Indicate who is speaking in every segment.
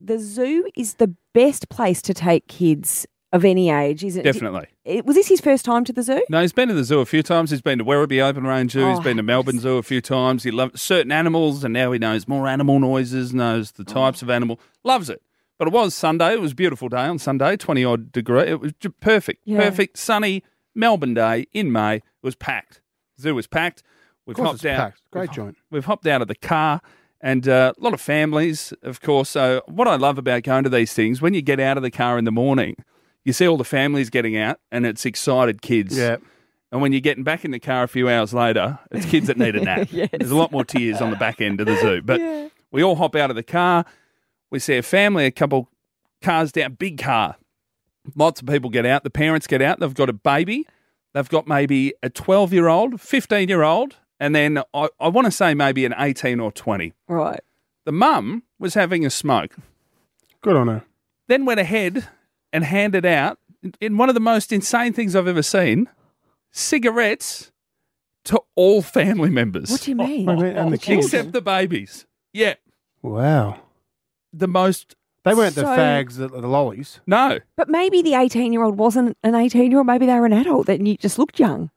Speaker 1: the zoo is the best place to take kids of any age, isn't it?
Speaker 2: Definitely.
Speaker 1: It- was this his first time to the zoo?
Speaker 2: No, he's been to the zoo a few times. He's been to Werribee Open Range Zoo.
Speaker 1: Oh,
Speaker 2: he's been to Melbourne Zoo a few times. He loves certain animals, and now he knows more animal noises, knows the types of animal. Loves it. But it was Sunday. It was a beautiful day on Sunday, 20 odd degree. It was ju- perfect.
Speaker 1: Yeah.
Speaker 2: Perfect, sunny Melbourne day in May. It was packed. zoo was packed. We've
Speaker 3: Of course
Speaker 2: hopped
Speaker 3: it's
Speaker 2: out.
Speaker 3: packed. Great
Speaker 2: we've hop-
Speaker 3: joint.
Speaker 2: We've hopped out of the car and uh, a lot of families, of course. So, what I love about going to these things, when you get out of the car in the morning, you see all the families getting out and it's excited kids.
Speaker 3: Yeah.
Speaker 2: And when you're getting back in the car a few hours later, it's kids that need a nap.
Speaker 1: Yes.
Speaker 2: There's a lot more tears on the back end of the zoo. But we all hop out of the car. We see a family, a couple cars down, big car. Lots of people get out. The parents get out. They've got a baby. They've got maybe a 12 year old, 15 year old, and then I, I want to say maybe an 18 or 20.
Speaker 1: Right.
Speaker 2: The mum was having a smoke,
Speaker 3: Good on her.
Speaker 2: then went ahead and handed out, in one of the most insane things I've ever seen, cigarettes to all family members.
Speaker 1: What do you mean?
Speaker 3: Wait a minute, and the kids.
Speaker 2: Except Oh, the babies. Yeah.
Speaker 3: Wow.
Speaker 2: The most.
Speaker 3: They weren't the
Speaker 1: So-
Speaker 3: fags, the, the lollies.
Speaker 2: No.
Speaker 1: But maybe the 18 year old wasn't an 18 year old. Maybe they were an adult that you just looked young.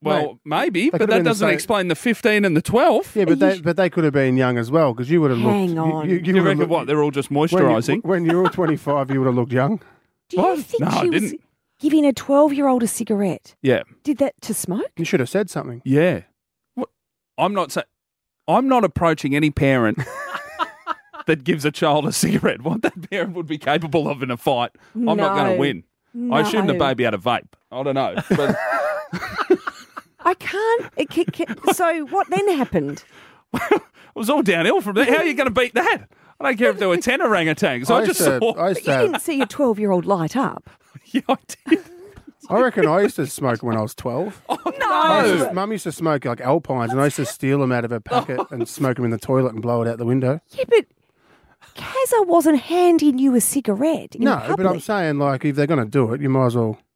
Speaker 2: Well, maybe,
Speaker 3: could
Speaker 2: but
Speaker 3: have
Speaker 2: that
Speaker 3: been the
Speaker 2: doesn't
Speaker 3: same-
Speaker 2: explain the 15 and the 12.
Speaker 3: Yeah,
Speaker 1: Are
Speaker 3: but they,
Speaker 1: you-
Speaker 3: but they could have been young as well because you would have
Speaker 1: Hang
Speaker 3: looked.
Speaker 1: on.
Speaker 3: You,
Speaker 2: You,
Speaker 3: would have
Speaker 2: reckon
Speaker 3: looked-
Speaker 2: what? They're all just moisturising.
Speaker 3: When, you, when you were 25, you would have looked young.
Speaker 1: Do you
Speaker 2: What?
Speaker 1: think
Speaker 2: No,
Speaker 1: she
Speaker 2: I
Speaker 1: was
Speaker 2: didn't.
Speaker 1: giving a 12 year old a cigarette?
Speaker 2: Yeah.
Speaker 1: Did that to smoke?
Speaker 3: You should have said something.
Speaker 2: Yeah. What? I'm not saying. I'm not approaching any parent that gives a child a cigarette. What that parent would be capable of in a fight, I'm not going
Speaker 1: No.
Speaker 2: to win. I assume the
Speaker 1: No.
Speaker 2: baby had a vape. I don't know. But
Speaker 1: I can't. It, ca- ca- so what then happened?
Speaker 2: it was all downhill from there. How are you going to beat that? I don't care if there were 10 orangutans. I, just
Speaker 3: used to,
Speaker 2: saw.
Speaker 3: I,
Speaker 1: But
Speaker 3: used
Speaker 1: you
Speaker 3: to
Speaker 1: didn't
Speaker 3: have,
Speaker 1: see a 12 year old light up.
Speaker 2: yeah, I did.
Speaker 3: I reckon I used to smoke when I was 12.
Speaker 2: Oh.
Speaker 3: I used to- Mum used to smoke like Alpines, and I used to steal them out of her packet
Speaker 2: Oh.
Speaker 3: and smoke them in the toilet and blow it out the window.
Speaker 1: Yeah, but Kazza wasn't handing you a cigarette. In
Speaker 3: no,
Speaker 1: public.
Speaker 3: but I'm saying like if they're going to do it, you might as well.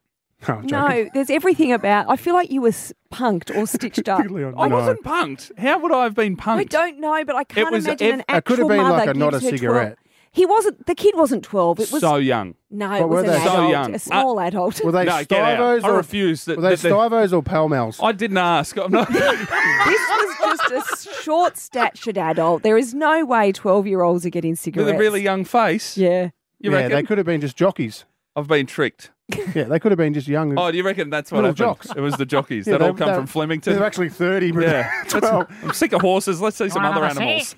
Speaker 3: No, I'm joking.
Speaker 1: No, there's everything about. I feel like you were s- punked or stitched up.
Speaker 3: Particularly on-
Speaker 2: I
Speaker 3: No.
Speaker 2: wasn't punked. How would I have been punked?
Speaker 1: I don't know, but I can't
Speaker 2: was
Speaker 1: imagine an
Speaker 2: ev-
Speaker 1: actual
Speaker 3: it could have been
Speaker 1: mother
Speaker 3: like a- not
Speaker 1: gives
Speaker 3: a
Speaker 1: her 12
Speaker 3: cigarette.
Speaker 1: He wasn't. The kid wasn't 12. It was
Speaker 2: so young.
Speaker 1: no.
Speaker 3: What
Speaker 1: It
Speaker 3: were
Speaker 1: was an
Speaker 3: they? Uh,
Speaker 2: So
Speaker 1: adult,
Speaker 2: young.
Speaker 1: a small adult.
Speaker 3: Were they
Speaker 2: No, get out.
Speaker 3: stivos?
Speaker 2: I
Speaker 3: or-
Speaker 2: refuse that-
Speaker 3: Were they
Speaker 2: that they-
Speaker 3: stivos or pall malls?
Speaker 2: I didn't ask. I'm not.
Speaker 1: this was just a short-statured adult. There is no way 12-year-olds are getting cigarettes.
Speaker 2: With a really young face.
Speaker 1: Yeah.
Speaker 2: You
Speaker 3: yeah,
Speaker 2: reckon?
Speaker 3: they could have been just jockeys.
Speaker 2: I've been tricked.
Speaker 3: Yeah, they could have been just young.
Speaker 2: Oh, do you reckon that's what
Speaker 3: Little
Speaker 2: happened?
Speaker 3: jocks.
Speaker 2: It was the jockeys.
Speaker 3: Yeah,
Speaker 2: that all
Speaker 3: they-
Speaker 2: come
Speaker 3: they-
Speaker 2: from Flemington.
Speaker 3: They're actually 30, but
Speaker 2: yeah.
Speaker 3: yeah. 12.
Speaker 2: I'm sick of horses. Let's see some other animals.